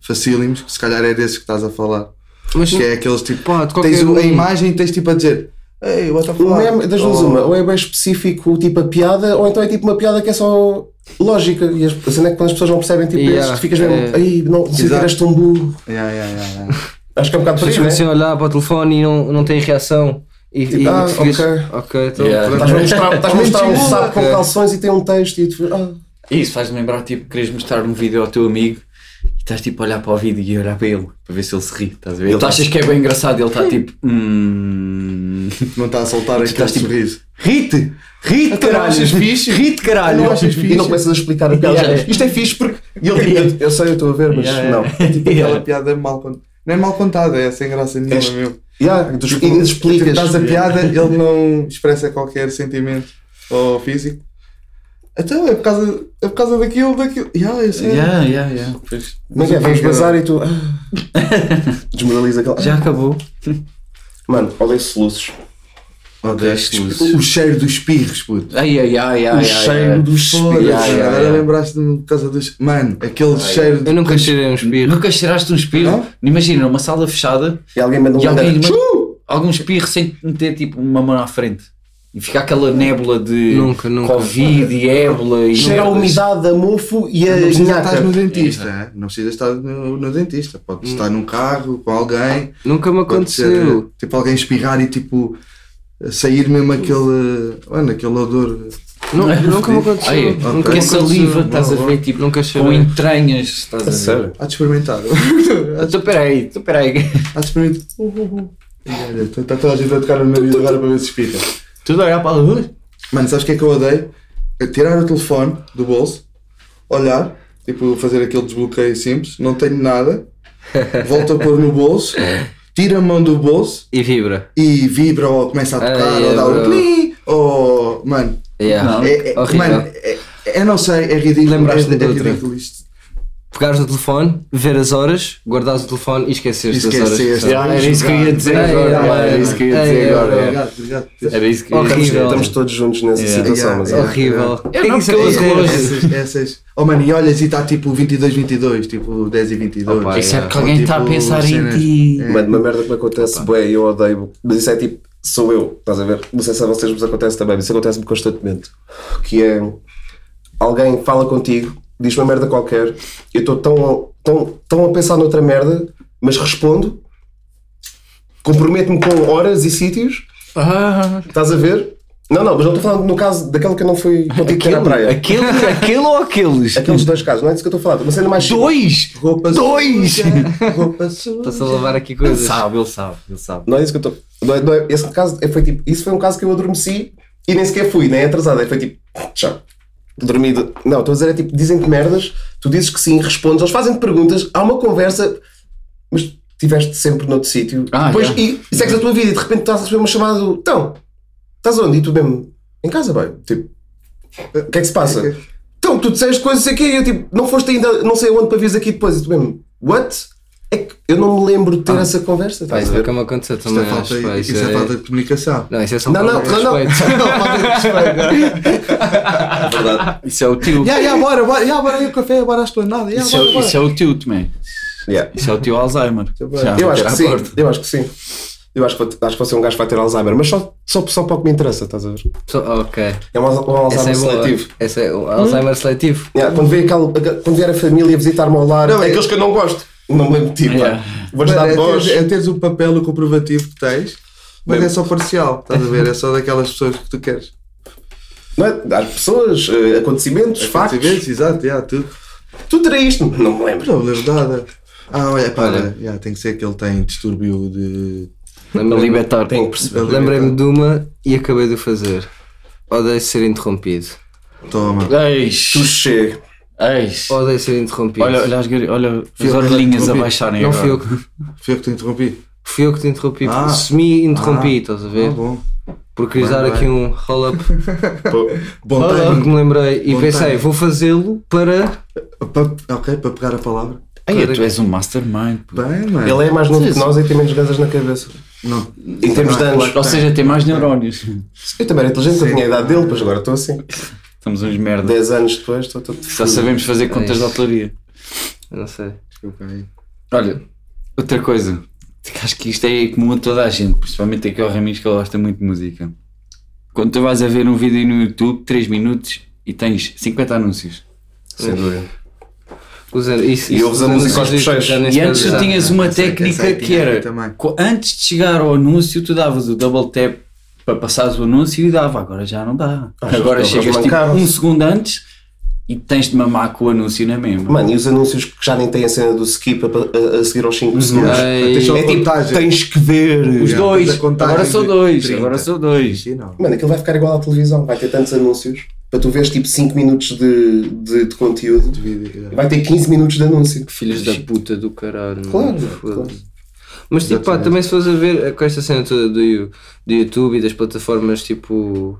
[SPEAKER 2] facílimos, que se calhar é desses que estás a falar.
[SPEAKER 4] Mas
[SPEAKER 2] Que é aqueles tipo,
[SPEAKER 4] pá, de qualquer
[SPEAKER 2] tens o-
[SPEAKER 4] um.
[SPEAKER 2] a imagem e tens tipo a dizer, ei, what the fuck?
[SPEAKER 1] O meme, das duas
[SPEAKER 2] Ou-
[SPEAKER 1] uma, ou Um é bem específico, tipo a piada, ou então é tipo uma piada que é só lógica. E as, a cena é que quando as pessoas não percebem, tipo,
[SPEAKER 4] Yeah,
[SPEAKER 1] esses, tu ficas mesmo,
[SPEAKER 4] é.
[SPEAKER 1] aí, não, se
[SPEAKER 2] Exato.
[SPEAKER 1] tiveste um burro.
[SPEAKER 2] Oh, Yeah, yeah, yeah, yeah.
[SPEAKER 1] Acho que é um bocado por
[SPEAKER 4] pessoas
[SPEAKER 1] isso, né?
[SPEAKER 4] começam a olhar para o telefone e não, não têm reação. E,
[SPEAKER 1] Tipo,
[SPEAKER 4] e
[SPEAKER 1] ah,
[SPEAKER 4] tu ficas-
[SPEAKER 1] ok.
[SPEAKER 4] ok, então
[SPEAKER 3] Yeah.
[SPEAKER 4] pronto.
[SPEAKER 1] Estás-me a mostrar, estás a mostrar um
[SPEAKER 2] Simula.
[SPEAKER 1] saco com calções e tem um texto e tu ah,
[SPEAKER 3] Isso faz-me lembrar, tipo, queres mostrar um vídeo ao teu amigo e estás tipo a olhar para o vídeo e a olhar para ele para ver se ele se ri. Estás a ver?
[SPEAKER 1] Ele
[SPEAKER 3] Ele tu achas que é bem engraçado e ele está tipo. Hum.
[SPEAKER 2] Não está a soltar aquele
[SPEAKER 3] estás, tipo,
[SPEAKER 2] sorriso.
[SPEAKER 3] Rite! Rite,
[SPEAKER 2] Então não achas fixe?
[SPEAKER 3] Rite, caralho!
[SPEAKER 2] Ah, Não achas fixe?
[SPEAKER 1] e Então não começas a explicar a piada.
[SPEAKER 3] Yeah.
[SPEAKER 1] Isto é fixe porque. E ele tipo, eu, eu sei, eu estou a ver, mas
[SPEAKER 3] Yeah,
[SPEAKER 1] não.
[SPEAKER 3] yeah.
[SPEAKER 1] Yeah.
[SPEAKER 2] Tipo aquela piada mal contada. Não é mal contada, é sem graça nenhuma
[SPEAKER 1] Este-
[SPEAKER 2] mesmo.
[SPEAKER 1] e tu e
[SPEAKER 2] Tu
[SPEAKER 1] explicas.
[SPEAKER 2] dás a piada, ele não expressa qualquer sentimento ou físico. Então é por causa, é por causa daquilo, daquilo. Yeah, eu sei.
[SPEAKER 3] Yeah, yeah, yeah. Pois.
[SPEAKER 1] Mas é, vamos bazar e tu. ah. Desmoraliza aquela.
[SPEAKER 3] Já acabou.
[SPEAKER 1] Mano, odeio soluços.
[SPEAKER 2] O cheiro dos pirros, puto.
[SPEAKER 3] Ai, ai, ai, ai.
[SPEAKER 1] o
[SPEAKER 3] ai,
[SPEAKER 1] cheiro
[SPEAKER 3] ai.
[SPEAKER 1] dos
[SPEAKER 2] Foda-se,
[SPEAKER 1] espelhos.
[SPEAKER 3] Yeah, yeah,
[SPEAKER 2] agora
[SPEAKER 3] yeah.
[SPEAKER 2] lembraste-me por causa dos. Mano, aquele cheiro de.
[SPEAKER 4] Eu nunca tirei um espirro.
[SPEAKER 3] Nunca cheiraste um espirro?
[SPEAKER 2] Não?
[SPEAKER 3] Imagina, uma sala fechada
[SPEAKER 1] E alguém manda um
[SPEAKER 3] E alguém
[SPEAKER 1] grande-
[SPEAKER 3] manda- algum espirro sem meter tipo uma mão à frente. E fica aquela nébula de
[SPEAKER 4] Nunca, nunca.
[SPEAKER 3] Covid e ébola e.
[SPEAKER 1] Cheira a umidade, a mofo e a
[SPEAKER 2] Não precisa
[SPEAKER 1] nhaca.
[SPEAKER 2] estar no dentista, é? não precisa estar no, no dentista. Pode estar num carro com alguém.
[SPEAKER 4] Nunca me
[SPEAKER 2] Pode
[SPEAKER 4] aconteceu.
[SPEAKER 2] ser, tipo alguém espirrar e tipo sair mesmo aquele. Mano, aquele odor.
[SPEAKER 4] Nu- Nunca me aconteceu.
[SPEAKER 2] ok.
[SPEAKER 4] Nunca
[SPEAKER 3] Ai,
[SPEAKER 4] me
[SPEAKER 3] né? Porque a
[SPEAKER 4] aconteceu.
[SPEAKER 3] saliva,
[SPEAKER 2] Não,
[SPEAKER 3] estás a
[SPEAKER 2] não.
[SPEAKER 3] ver, tipo,
[SPEAKER 4] Nunca
[SPEAKER 3] com
[SPEAKER 4] cheirei.
[SPEAKER 3] entranhas, estás a ver.
[SPEAKER 2] Há de Ah, experimentar.
[SPEAKER 3] Então peraí, então peraí.
[SPEAKER 2] Há de experimentar. Está Então tá toda a gente a tocar no nariz agora para ver se espirra.
[SPEAKER 3] Tudo a olhar para a luz?
[SPEAKER 2] Mano, sabes o que é que eu odeio? É tirar o telefone do bolso, olhar, tipo, fazer aquele desbloqueio simples, não tenho nada, volto a pôr no bolso, tiro a mão do bolso
[SPEAKER 4] E vibra.
[SPEAKER 2] e vibra ou começa a
[SPEAKER 4] Ah,
[SPEAKER 2] tocar ou
[SPEAKER 4] yeah,
[SPEAKER 2] dá um
[SPEAKER 4] bro.
[SPEAKER 2] plim, ou. Mano,
[SPEAKER 4] Yeah.
[SPEAKER 3] Não.
[SPEAKER 2] é, é-
[SPEAKER 4] Horrível.
[SPEAKER 2] mano é, é- eu não sei, é ridículo.
[SPEAKER 4] Lembraste-me
[SPEAKER 2] é,
[SPEAKER 4] de
[SPEAKER 2] é
[SPEAKER 4] outra.
[SPEAKER 2] ridículo isto.
[SPEAKER 4] pegares no telefone, ver as horas, guardares o telefone e esqueceres das horas.
[SPEAKER 2] Esquecer.
[SPEAKER 4] Sabe?
[SPEAKER 3] Era isso que eu ia dizer
[SPEAKER 4] Ei,
[SPEAKER 3] agora.
[SPEAKER 4] mano.
[SPEAKER 3] Era isso que eu ia
[SPEAKER 4] Ei,
[SPEAKER 3] dizer agora.
[SPEAKER 4] mano.
[SPEAKER 3] é.
[SPEAKER 2] Obrigado, obrigado.
[SPEAKER 3] Era isso que eu ia
[SPEAKER 1] Estamos,
[SPEAKER 3] dizer.
[SPEAKER 4] Horrível.
[SPEAKER 1] estamos todos juntos nessa
[SPEAKER 3] Yeah.
[SPEAKER 1] situação, mas é.
[SPEAKER 4] Horrível. O que é
[SPEAKER 3] não,
[SPEAKER 4] que isso
[SPEAKER 3] porque eu uso
[SPEAKER 4] é?
[SPEAKER 3] relógio.
[SPEAKER 2] Essas, essas. Oh mano, e olhas e está tipo 22, 22, tipo 10 e 22.
[SPEAKER 4] Opa,
[SPEAKER 3] Isso é porque
[SPEAKER 2] Ou,
[SPEAKER 3] alguém está a
[SPEAKER 2] tipo,
[SPEAKER 3] pensar em
[SPEAKER 2] cenas.
[SPEAKER 3] ti.
[SPEAKER 1] Mano, uma merda que me acontece, bué, e eu odeio. Mas isso é tipo, sou eu, estás a ver? Não sei se a vocês vos acontece também, mas isso acontece-me constantemente. Que é, alguém fala contigo, diz uma merda qualquer, eu estou tão, tão, tão a pensar noutra merda, mas respondo, comprometo-me com horas e sítios,
[SPEAKER 3] Ah,
[SPEAKER 1] estás a ver? Não, não, mas não estou falando no caso daquele que eu não fui contigo que era à praia.
[SPEAKER 3] aquele, aquele ou aqueles?
[SPEAKER 1] Aqueles dois casos, não é disso que eu estou a falar, mas ainda mais
[SPEAKER 3] Dois!
[SPEAKER 2] Roupa
[SPEAKER 3] Dois!
[SPEAKER 2] suja, Roupa suja.
[SPEAKER 4] Estás a lavar aqui
[SPEAKER 3] Ele
[SPEAKER 4] coisas.
[SPEAKER 3] sabe, ele sabe, ele sabe.
[SPEAKER 1] Não é isso que eu estou. Não é, não é- esse caso é- foi tipo. Isso foi um caso que eu adormeci e nem sequer fui, nem atrasado. É, foi tipo. Tchau. Dormido. Não, estou a dizer é tipo. Dizem-te merdas, tu dizes que sim, respondes, eles fazem-te perguntas, há uma conversa, mas estiveste sempre noutro sítio.
[SPEAKER 3] Ah,
[SPEAKER 1] Depois
[SPEAKER 3] já.
[SPEAKER 1] e, e segues a tua vida e de repente estás a receber uma chamada do. Então, estás onde? E tu mesmo. Em casa, bem. Tipo. O que é que se passa? Então, tu disseste coisas aqui e eu tipo. Não foste ainda, não sei onde para vires aqui depois. E tu mesmo. What? É que eu não me lembro de ter
[SPEAKER 3] Ah.
[SPEAKER 1] essa conversa.
[SPEAKER 4] Pá,
[SPEAKER 1] estás
[SPEAKER 4] isso
[SPEAKER 1] a
[SPEAKER 4] é
[SPEAKER 1] ver?
[SPEAKER 4] nunca me aconteceu
[SPEAKER 2] Isto
[SPEAKER 4] também.
[SPEAKER 2] é falta,
[SPEAKER 4] acho, pá,
[SPEAKER 2] isso é falta de comunicação.
[SPEAKER 4] Não, isso é só um
[SPEAKER 1] Não, não,
[SPEAKER 4] problema de
[SPEAKER 1] não, não.
[SPEAKER 4] respeito.
[SPEAKER 1] Verdade.
[SPEAKER 3] Isso é o tio.
[SPEAKER 2] Ya, ya, bora, Ah, bora, ya, bora aí o café, bora a esplanada, ya,
[SPEAKER 3] Isso é,
[SPEAKER 2] bora, bora.
[SPEAKER 3] isso é o tio também.
[SPEAKER 1] Yeah.
[SPEAKER 3] Isso é o teu Alzheimer. Já,
[SPEAKER 1] Eu acho
[SPEAKER 3] já
[SPEAKER 1] que sim.
[SPEAKER 3] acordo.
[SPEAKER 1] Eu acho que sim. Eu acho que, vou- acho que você é um gajo que vai ter Alzheimer, mas só, só, só para o que me interessa, estás a ver?
[SPEAKER 4] Só- Ok.
[SPEAKER 1] É um, Al- um
[SPEAKER 4] Essa
[SPEAKER 1] Alzheimer
[SPEAKER 4] é boa.
[SPEAKER 1] seletivo.
[SPEAKER 4] Essa é
[SPEAKER 3] Hum?
[SPEAKER 4] o Alzheimer seletivo.
[SPEAKER 1] Yeah, quando, vier aquela- aquela- quando vier a família visitar-me ao lar,
[SPEAKER 2] Não, é-
[SPEAKER 1] aqueles que eu não gosto, não me lembro de ti, pá.
[SPEAKER 3] Yeah.
[SPEAKER 1] Vou-lhes dar
[SPEAKER 2] Mano,
[SPEAKER 1] de
[SPEAKER 2] é,
[SPEAKER 1] voz.
[SPEAKER 2] teres, é teres o papel, o comprovativo que tens, mas
[SPEAKER 1] Bem-
[SPEAKER 2] é só parcial, estás a ver? É só daquelas pessoas que tu queres.
[SPEAKER 1] Não é? Às pessoas, eh, acontecimentos, factos.
[SPEAKER 2] Vezes, É exato, ya, tudo.
[SPEAKER 1] Tu traíste-me, não me lembro.
[SPEAKER 2] Não me lembro de nada. Ah, olha, pá,
[SPEAKER 4] Olha.
[SPEAKER 2] olha, ya, tem que ser que ele tem distúrbio de.
[SPEAKER 3] Para
[SPEAKER 4] Lembrei-me-
[SPEAKER 3] libertar.
[SPEAKER 1] Tenho que perceber.
[SPEAKER 4] Lembrei-me de uma e acabei de o fazer. Odeio ser interrompido.
[SPEAKER 2] Toma.
[SPEAKER 3] Eis.
[SPEAKER 1] Tu chega.
[SPEAKER 3] Eis.
[SPEAKER 4] Odeio ser interrompido.
[SPEAKER 3] Olha, olha as, gar- olha
[SPEAKER 2] Fui
[SPEAKER 3] as
[SPEAKER 2] eu que
[SPEAKER 3] orelhinhas a
[SPEAKER 2] interrompi.
[SPEAKER 3] baixarem
[SPEAKER 4] não
[SPEAKER 3] agora.
[SPEAKER 4] fui eu, que,
[SPEAKER 2] Fui eu que te interrompi.
[SPEAKER 4] fui eu que te interrompi.
[SPEAKER 2] Ah.
[SPEAKER 4] se me interrompi,
[SPEAKER 2] Ah.
[SPEAKER 4] estás a
[SPEAKER 2] Ah,
[SPEAKER 4] ver?
[SPEAKER 2] bom.
[SPEAKER 4] Por querer
[SPEAKER 2] Bem,
[SPEAKER 4] dar
[SPEAKER 2] bem.
[SPEAKER 4] aqui um roll-up.
[SPEAKER 2] Bom
[SPEAKER 4] Porque
[SPEAKER 2] timing.
[SPEAKER 4] me lembrei e
[SPEAKER 2] Bom
[SPEAKER 4] pensei,
[SPEAKER 2] timing.
[SPEAKER 4] vou fazê-lo para.
[SPEAKER 2] Pa- ok, para pegar a palavra.
[SPEAKER 3] Ei,
[SPEAKER 4] Para-
[SPEAKER 3] tu és um mastermind. pô.
[SPEAKER 2] Bem, mano.
[SPEAKER 1] Ele é mais novo que nós e tem menos ganzas na cabeça.
[SPEAKER 2] Não.
[SPEAKER 1] Em termos de anos.
[SPEAKER 3] Ou seja, tem mais neurónios.
[SPEAKER 1] Eu também era inteligente, eu
[SPEAKER 2] Sim.
[SPEAKER 1] tinha a idade dele, mas agora estou assim.
[SPEAKER 3] Estamos uns merda.
[SPEAKER 1] 10 anos depois, estou todo.
[SPEAKER 3] Só sabemos fazer contas de autoria.
[SPEAKER 4] Eu Não sei.
[SPEAKER 2] Desculpa aí.
[SPEAKER 3] Olha, outra coisa. Acho que isto é comum a toda a gente, principalmente aqui ao Ramis que ele gosta muito de música. Quando tu vais a ver um vídeo no YouTube, 3 minutos e tens 50 anúncios.
[SPEAKER 1] Sem dúvida.
[SPEAKER 4] Usando isso.
[SPEAKER 1] E
[SPEAKER 4] isso
[SPEAKER 1] ouves a
[SPEAKER 4] usando
[SPEAKER 1] música
[SPEAKER 4] isso,
[SPEAKER 1] aos
[SPEAKER 4] isso,
[SPEAKER 1] puxeiros.
[SPEAKER 4] já nem
[SPEAKER 3] E
[SPEAKER 4] sei
[SPEAKER 3] antes tu
[SPEAKER 4] usar.
[SPEAKER 3] tinhas uma
[SPEAKER 2] essa- essa é
[SPEAKER 3] técnica
[SPEAKER 2] aí
[SPEAKER 3] que
[SPEAKER 2] tinha
[SPEAKER 3] era
[SPEAKER 2] aqui também.
[SPEAKER 3] co- antes de chegar ao anúncio, tu davas o double tap para passares o anúncio e dava, agora já não dá.
[SPEAKER 1] Acho
[SPEAKER 3] agora
[SPEAKER 1] que
[SPEAKER 3] chegas
[SPEAKER 1] eles
[SPEAKER 3] tipo
[SPEAKER 1] mancaram.
[SPEAKER 3] um segundo antes e tens de mamar com o anúncio na mesma.
[SPEAKER 1] Mano, e os anúncios que já nem têm a cena do skip a, a- a seguir aos 5 segundos?
[SPEAKER 4] Ai,
[SPEAKER 2] Atenção
[SPEAKER 1] É
[SPEAKER 2] à
[SPEAKER 1] tipo,
[SPEAKER 2] contagem.
[SPEAKER 1] tens que ver.
[SPEAKER 3] os
[SPEAKER 2] já,
[SPEAKER 3] dois,
[SPEAKER 2] tens a contagem
[SPEAKER 3] agora são
[SPEAKER 2] de
[SPEAKER 3] dois,
[SPEAKER 2] 30.
[SPEAKER 3] agora são dois.
[SPEAKER 2] Sim, não.
[SPEAKER 1] Mano, aquilo vai ficar igual à televisão. Vai ter tantos anúncios para tu veres tipo 5 minutos de, de, de conteúdo.
[SPEAKER 2] Devido,
[SPEAKER 1] Vai ter 15 minutos de anúncio.
[SPEAKER 4] Filhos da puta do caralho.
[SPEAKER 1] Claro,
[SPEAKER 4] mano. Foda-se. Mas tipo, pá, também se fores a ver eh, com esta cena toda do, Yu- do YouTube e das plataformas tipo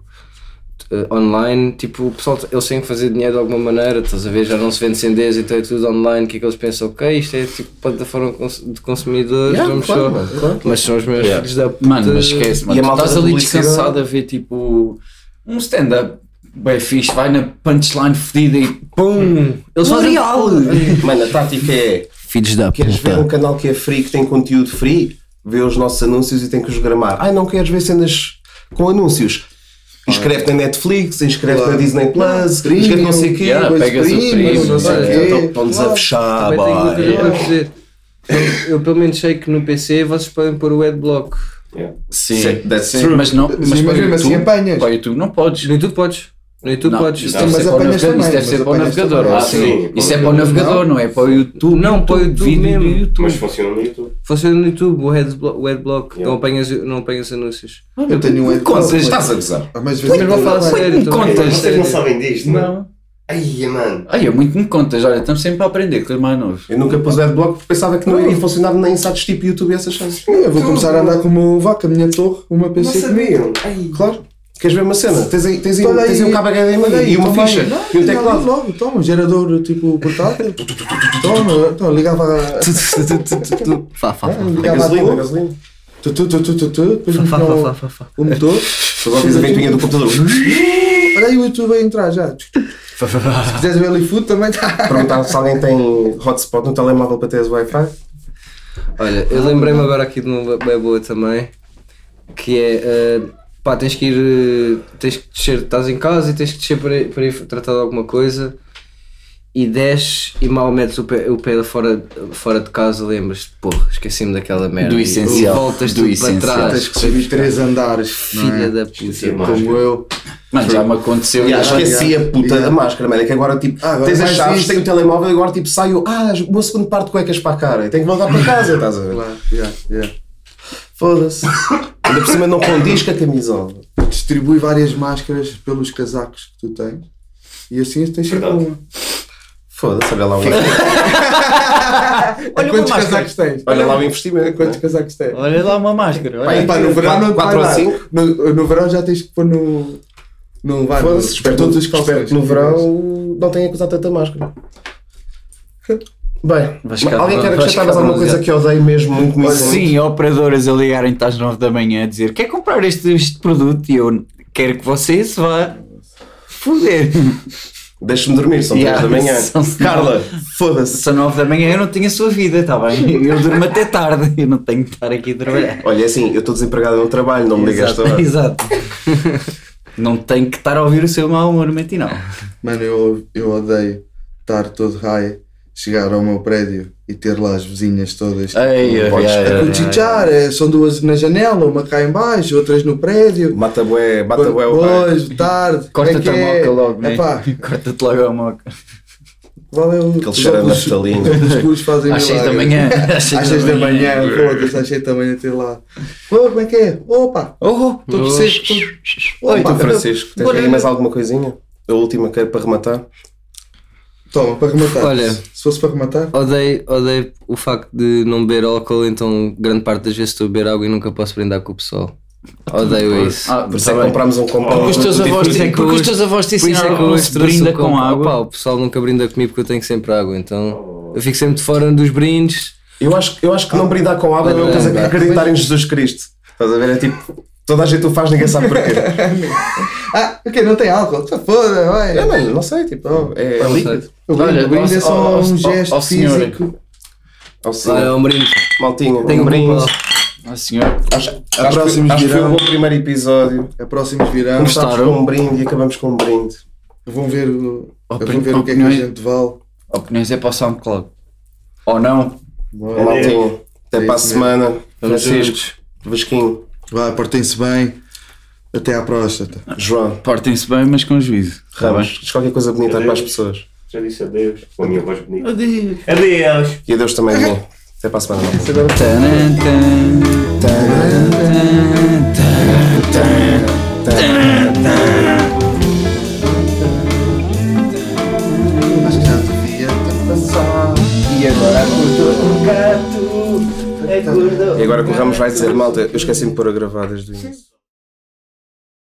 [SPEAKER 4] eh, online, tipo, o pessoal, eles têm que fazer dinheiro de alguma maneira, estás a ver? Já não se vende CDs, então é tudo online. O que é que eles pensam? Ok, isto é tipo plataforma cons- de consumidores,
[SPEAKER 1] Yeah,
[SPEAKER 4] vamos
[SPEAKER 1] claro,
[SPEAKER 4] só.
[SPEAKER 1] mano, claro.
[SPEAKER 4] Mas são os meus filhos da puta.
[SPEAKER 3] Mano, mas esquece, mano.
[SPEAKER 1] E a
[SPEAKER 3] Tu
[SPEAKER 1] malta
[SPEAKER 3] estás
[SPEAKER 1] da
[SPEAKER 3] ali
[SPEAKER 1] publicidade?
[SPEAKER 3] descansado a ver tipo um stand-up bem fixe, vai na punchline fedida e pum! Eles fazem
[SPEAKER 1] Mano, a tática é:
[SPEAKER 3] Filhos da
[SPEAKER 1] queres ver um canal que é free, que tem conteúdo free? Vê os nossos anúncios e tem que os gramar. Ai, não queres ver cenas com anúncios? Inscreve-te na Netflix, inscreve-te na
[SPEAKER 2] Claro.
[SPEAKER 1] Disney Plus,
[SPEAKER 2] Premium.
[SPEAKER 1] inscreve-te não sei o quê,
[SPEAKER 3] Yeah,
[SPEAKER 1] depois
[SPEAKER 3] pegas o premium,
[SPEAKER 1] não sei o
[SPEAKER 4] yeah.
[SPEAKER 1] quê.
[SPEAKER 2] Claro.
[SPEAKER 1] Estão-nos a
[SPEAKER 3] Ah,
[SPEAKER 1] fechar,
[SPEAKER 4] Também tenho uma coisa
[SPEAKER 1] boy.
[SPEAKER 4] para dizer. Eu- Eu pelo menos sei que no PC vocês podem pôr o adblock.
[SPEAKER 3] Sim,
[SPEAKER 1] Sim, that's
[SPEAKER 3] sim,
[SPEAKER 1] true.
[SPEAKER 3] mas não, mas
[SPEAKER 2] Sim,
[SPEAKER 3] para
[SPEAKER 2] mas mesmo assim
[SPEAKER 3] YouTube-
[SPEAKER 2] apanhas.
[SPEAKER 3] Para YouTube não podes.
[SPEAKER 4] No YouTube podes. No YouTube
[SPEAKER 3] Não,
[SPEAKER 4] podes.
[SPEAKER 3] isso
[SPEAKER 2] Não,
[SPEAKER 3] deve
[SPEAKER 2] mas
[SPEAKER 3] ser para o
[SPEAKER 2] apanhas
[SPEAKER 3] navegador,
[SPEAKER 2] também,
[SPEAKER 3] isso deve
[SPEAKER 2] mas
[SPEAKER 3] ser para o
[SPEAKER 2] apanhas
[SPEAKER 3] navegador.
[SPEAKER 2] também.
[SPEAKER 3] Ah,
[SPEAKER 5] Sim.
[SPEAKER 3] sim. Isso é para o
[SPEAKER 2] Não.
[SPEAKER 3] navegador, não é para o YouTube.
[SPEAKER 4] Não, para o
[SPEAKER 3] YouTube
[SPEAKER 4] YouTube
[SPEAKER 3] vídeo do
[SPEAKER 4] mesmo.
[SPEAKER 3] YouTube.
[SPEAKER 5] Mas funciona no YouTube.
[SPEAKER 4] Funciona no YouTube o adblock, o adblock.
[SPEAKER 5] Yeah.
[SPEAKER 4] Não, apanhas, não apanhas anúncios.
[SPEAKER 2] Eu tenho um
[SPEAKER 3] Me
[SPEAKER 2] adblock,
[SPEAKER 3] contas,
[SPEAKER 2] mas-
[SPEAKER 3] estás-
[SPEAKER 1] Estás a gozar.
[SPEAKER 2] Mas
[SPEAKER 4] Mas não vou falar
[SPEAKER 2] vezes
[SPEAKER 4] sério.
[SPEAKER 3] me
[SPEAKER 4] estou a falar
[SPEAKER 3] contas.
[SPEAKER 5] Vocês
[SPEAKER 4] sério.
[SPEAKER 5] não sabem disto, mano?
[SPEAKER 3] Não.
[SPEAKER 5] Ai, mano.
[SPEAKER 3] Ai, é muito me contas. Olha, estamos sempre a aprender, que mais novo.
[SPEAKER 1] Eu nunca pus o adblock porque pensava que não iria funcionar nem sites tipo YouTube e essas coisas.
[SPEAKER 2] Eu vou começar a andar como vaca, a minha torre, uma
[SPEAKER 5] Não
[SPEAKER 2] PC comigo.
[SPEAKER 5] sabiam. Ai.
[SPEAKER 1] Claro. Queres ver uma cena? Tens aí, tens aí,
[SPEAKER 2] Olha
[SPEAKER 1] tens aí um cabo HD
[SPEAKER 2] olha aí,
[SPEAKER 1] e uma
[SPEAKER 2] toma aí.
[SPEAKER 1] ficha.
[SPEAKER 2] Não,
[SPEAKER 1] E um
[SPEAKER 2] liga ali
[SPEAKER 1] teclado.
[SPEAKER 2] Logo, toma, gerador tipo portátil. toma, então, ligava.
[SPEAKER 4] Fá, fá, fá.
[SPEAKER 1] É
[SPEAKER 2] ligava a
[SPEAKER 1] gasolina, é
[SPEAKER 2] luz,
[SPEAKER 1] gasolina.
[SPEAKER 2] tu, tu, tu, tu, tu, tu, depois
[SPEAKER 4] Fá, fá,
[SPEAKER 2] punham
[SPEAKER 4] fá, fá, fá.
[SPEAKER 2] o motor.
[SPEAKER 1] Depois logo tens a ventoinha do computador.
[SPEAKER 2] Olha aí o YouTube a entrar já. Se quiseres ver ali food também está.
[SPEAKER 1] Perguntar se alguém tem hotspot no telemóvel para teres Wi-Fi.
[SPEAKER 4] Olha, eu lembrei-me agora aqui de uma bem boa também, que é, eh, pá, tens que ir, eh, tens que descer, estás em casa e tens que descer para ir, para ir tratar de alguma coisa e desces e mal metes o pé, o pé fora, fora de casa, lembras-te, porra, esqueci-me daquela merda.
[SPEAKER 3] Do
[SPEAKER 4] E
[SPEAKER 3] essencial,
[SPEAKER 4] Voltas
[SPEAKER 3] do
[SPEAKER 4] tudo para
[SPEAKER 3] essencial.
[SPEAKER 4] trás.
[SPEAKER 2] Tens que subir três andares. não é?
[SPEAKER 4] Filha da puta.
[SPEAKER 5] Esqueci-me.
[SPEAKER 2] Como eu.
[SPEAKER 3] Mano, já me aconteceu.
[SPEAKER 1] E acho
[SPEAKER 3] já-
[SPEAKER 1] que esqueci a puta
[SPEAKER 2] Yeah.
[SPEAKER 1] da máscara, mano. É que agora, tipo,
[SPEAKER 2] Ah, agora
[SPEAKER 1] tens as
[SPEAKER 2] faz
[SPEAKER 1] chaves,
[SPEAKER 2] isso.
[SPEAKER 1] tem o telemóvel e agora, tipo, saio, ah, boa segundo par de cuecas para a cara. E tenho que voltar para casa, estás a ver?
[SPEAKER 2] Claro, yeah, yeah.
[SPEAKER 1] Foda-se. Ainda por cima não condiz com a camisola.
[SPEAKER 2] Distribui várias máscaras pelos casacos que tu tens. E assim tens sempre
[SPEAKER 5] Verdade.
[SPEAKER 2] uma.
[SPEAKER 1] Foda-se, olha lá o
[SPEAKER 2] Olha quantos casacos tens?
[SPEAKER 1] Olha lá o investimento.
[SPEAKER 2] Quantos casacos tens?
[SPEAKER 3] Olha lá uma máscara. olha.
[SPEAKER 1] Pai,
[SPEAKER 2] Pá, no verão não te
[SPEAKER 1] Quatro
[SPEAKER 2] vai
[SPEAKER 1] ou
[SPEAKER 2] dar.
[SPEAKER 1] cinco?
[SPEAKER 2] No, no verão já tens que pôr no. No vai, no-
[SPEAKER 1] Foda-se, espero,
[SPEAKER 2] todos
[SPEAKER 1] que-
[SPEAKER 2] os calções.
[SPEAKER 1] espero que no verão não tenha que usar tanta máscara. Bem,
[SPEAKER 3] Vai ficar-
[SPEAKER 1] alguém quer
[SPEAKER 3] vai
[SPEAKER 1] acrescentar mais
[SPEAKER 3] ficar
[SPEAKER 1] alguma coisa
[SPEAKER 3] demasiado.
[SPEAKER 1] que eu odeio mesmo muito, muito?
[SPEAKER 3] Sim, operadoras a ligarem-te às 9 da manhã a dizer quer comprar este, este produto e eu quero que você se vá foder.
[SPEAKER 1] Deixa-me dormir, são três
[SPEAKER 3] Yeah,
[SPEAKER 1] da manhã.
[SPEAKER 3] são- são-
[SPEAKER 1] Carla, foda-se.
[SPEAKER 3] São 9 da manhã eu não tenho a sua vida, está bem? Eu durmo até tarde, eu não tenho que estar aqui a trabalhar.
[SPEAKER 1] Olha, é assim, eu estou desempregado, eu não trabalho, não me ligas esta
[SPEAKER 3] Exato,
[SPEAKER 1] hora.
[SPEAKER 3] exato. Não tenho que estar a ouvir o seu mau humor matinal.
[SPEAKER 2] Mano, eu, eu odeio estar todo raio, chegar ao meu prédio e ter lá as vizinhas todas. tipo,
[SPEAKER 3] Ei,
[SPEAKER 2] não
[SPEAKER 3] ei,
[SPEAKER 2] podes-
[SPEAKER 3] ei,
[SPEAKER 2] a
[SPEAKER 3] ei,
[SPEAKER 2] cochichar, é, são duas na janela, uma cá em baixo, outras no prédio.
[SPEAKER 1] Mata bué, mata bué o raio.
[SPEAKER 2] Hoje, tarde,
[SPEAKER 3] Corta-te
[SPEAKER 2] como é que
[SPEAKER 3] a
[SPEAKER 2] é?
[SPEAKER 3] moca logo, né?
[SPEAKER 2] Epá, é
[SPEAKER 3] Corta-te logo a moca.
[SPEAKER 2] valeu.
[SPEAKER 1] Aquele cheiro a
[SPEAKER 2] Os óculos-
[SPEAKER 1] naftalina.
[SPEAKER 2] os óculos fazem
[SPEAKER 3] Às 6 da
[SPEAKER 2] milagres.
[SPEAKER 3] manhã. Às
[SPEAKER 2] Às 6 da manhã, foda-se, às 6 da manhã ter lá. Ô, como é que é? Opa,
[SPEAKER 3] Oh,
[SPEAKER 2] estou por seco.
[SPEAKER 1] Oi,
[SPEAKER 2] Opa,
[SPEAKER 1] tu, Francisco, tens aí mais alguma coisinha? A última que é para rematar.
[SPEAKER 2] Toma, para rematar.
[SPEAKER 4] Olha.
[SPEAKER 2] se fosse para rematar,
[SPEAKER 4] Odeio, odeio o facto de não beber álcool, então grande parte das vezes estou a beber água e nunca posso brindar com o pessoal. Odeio isso.
[SPEAKER 3] Ah,
[SPEAKER 1] Por isso é
[SPEAKER 3] tá
[SPEAKER 1] que
[SPEAKER 3] bem.
[SPEAKER 1] comprámos um compão.
[SPEAKER 3] Porque os teus
[SPEAKER 1] Tipo,
[SPEAKER 3] avós
[SPEAKER 4] é
[SPEAKER 3] te,
[SPEAKER 4] que
[SPEAKER 3] porque os
[SPEAKER 4] hoje-
[SPEAKER 3] teus avós te
[SPEAKER 4] Por isso é
[SPEAKER 3] ensinaram
[SPEAKER 4] que
[SPEAKER 3] a não
[SPEAKER 4] hoje
[SPEAKER 3] se
[SPEAKER 4] trouxe
[SPEAKER 3] brinda
[SPEAKER 4] o
[SPEAKER 3] com
[SPEAKER 4] copo. Opa,
[SPEAKER 3] água.
[SPEAKER 4] o pessoal nunca brinda comigo porque eu tenho sempre água, então eu fico sempre de fora dos brindes.
[SPEAKER 1] Eu acho, eu acho que não brindar com água é a mesma coisa que acreditar em Jesus Cristo. Estás a ver? É tipo, toda a gente o faz, ninguém sabe porquê.
[SPEAKER 2] Ah, ok, não tem álcool. Tá foda, vai.
[SPEAKER 1] É, mano, não sei, tipo, é, é
[SPEAKER 4] Não sei.
[SPEAKER 1] líquido.
[SPEAKER 2] O brinde,
[SPEAKER 3] Olha,
[SPEAKER 2] o brinde é
[SPEAKER 3] ao-
[SPEAKER 2] só
[SPEAKER 3] ao-
[SPEAKER 2] um
[SPEAKER 3] ao-
[SPEAKER 2] gesto
[SPEAKER 3] ao senhor.
[SPEAKER 2] físico.
[SPEAKER 1] Ao
[SPEAKER 4] Ah,
[SPEAKER 1] senhor.
[SPEAKER 4] é um brinde.
[SPEAKER 1] Maltinho,
[SPEAKER 4] Tenho
[SPEAKER 1] um
[SPEAKER 4] um
[SPEAKER 1] brinde.
[SPEAKER 4] copo.
[SPEAKER 3] Ah, senhor.
[SPEAKER 1] Acho,
[SPEAKER 2] A
[SPEAKER 1] acho, que,
[SPEAKER 2] próximos
[SPEAKER 1] acho que foi um
[SPEAKER 2] virão.
[SPEAKER 1] bom primeiro episódio.
[SPEAKER 2] A próximos virão.
[SPEAKER 1] Começámos com um brinde e acabamos com um brinde.
[SPEAKER 2] Vão ver, o- vão
[SPEAKER 3] Opini-
[SPEAKER 2] ver o que é que a
[SPEAKER 3] opiniões-
[SPEAKER 2] gente vale.
[SPEAKER 3] Opiniões é para o SoundCloud. Ou não?
[SPEAKER 2] Bora.
[SPEAKER 1] Maltinho, até
[SPEAKER 2] É
[SPEAKER 1] para a
[SPEAKER 2] isso mesmo.
[SPEAKER 1] semana.
[SPEAKER 4] Vamos
[SPEAKER 1] Francisco, Vasquinho,
[SPEAKER 2] Vai, portem-se bem. Até à próstata.
[SPEAKER 1] João,
[SPEAKER 3] Portem-se bem, mas com juízo.
[SPEAKER 2] Tá
[SPEAKER 3] Está
[SPEAKER 1] Ramos,
[SPEAKER 3] bem?
[SPEAKER 1] diz qualquer coisa bonita para as pessoas.
[SPEAKER 5] Já disse adeus. Com a minha voz bonita. Adeus. Adeus.
[SPEAKER 1] E adeus também de mim. Até para a semana. malta.
[SPEAKER 3] Tanan, tan.
[SPEAKER 2] Acho que já devia ter passado.
[SPEAKER 1] E agora acordou um gato. E agora que o Ramos vai dizer, malta, eu esqueci-me de pôr a gravar desde o início.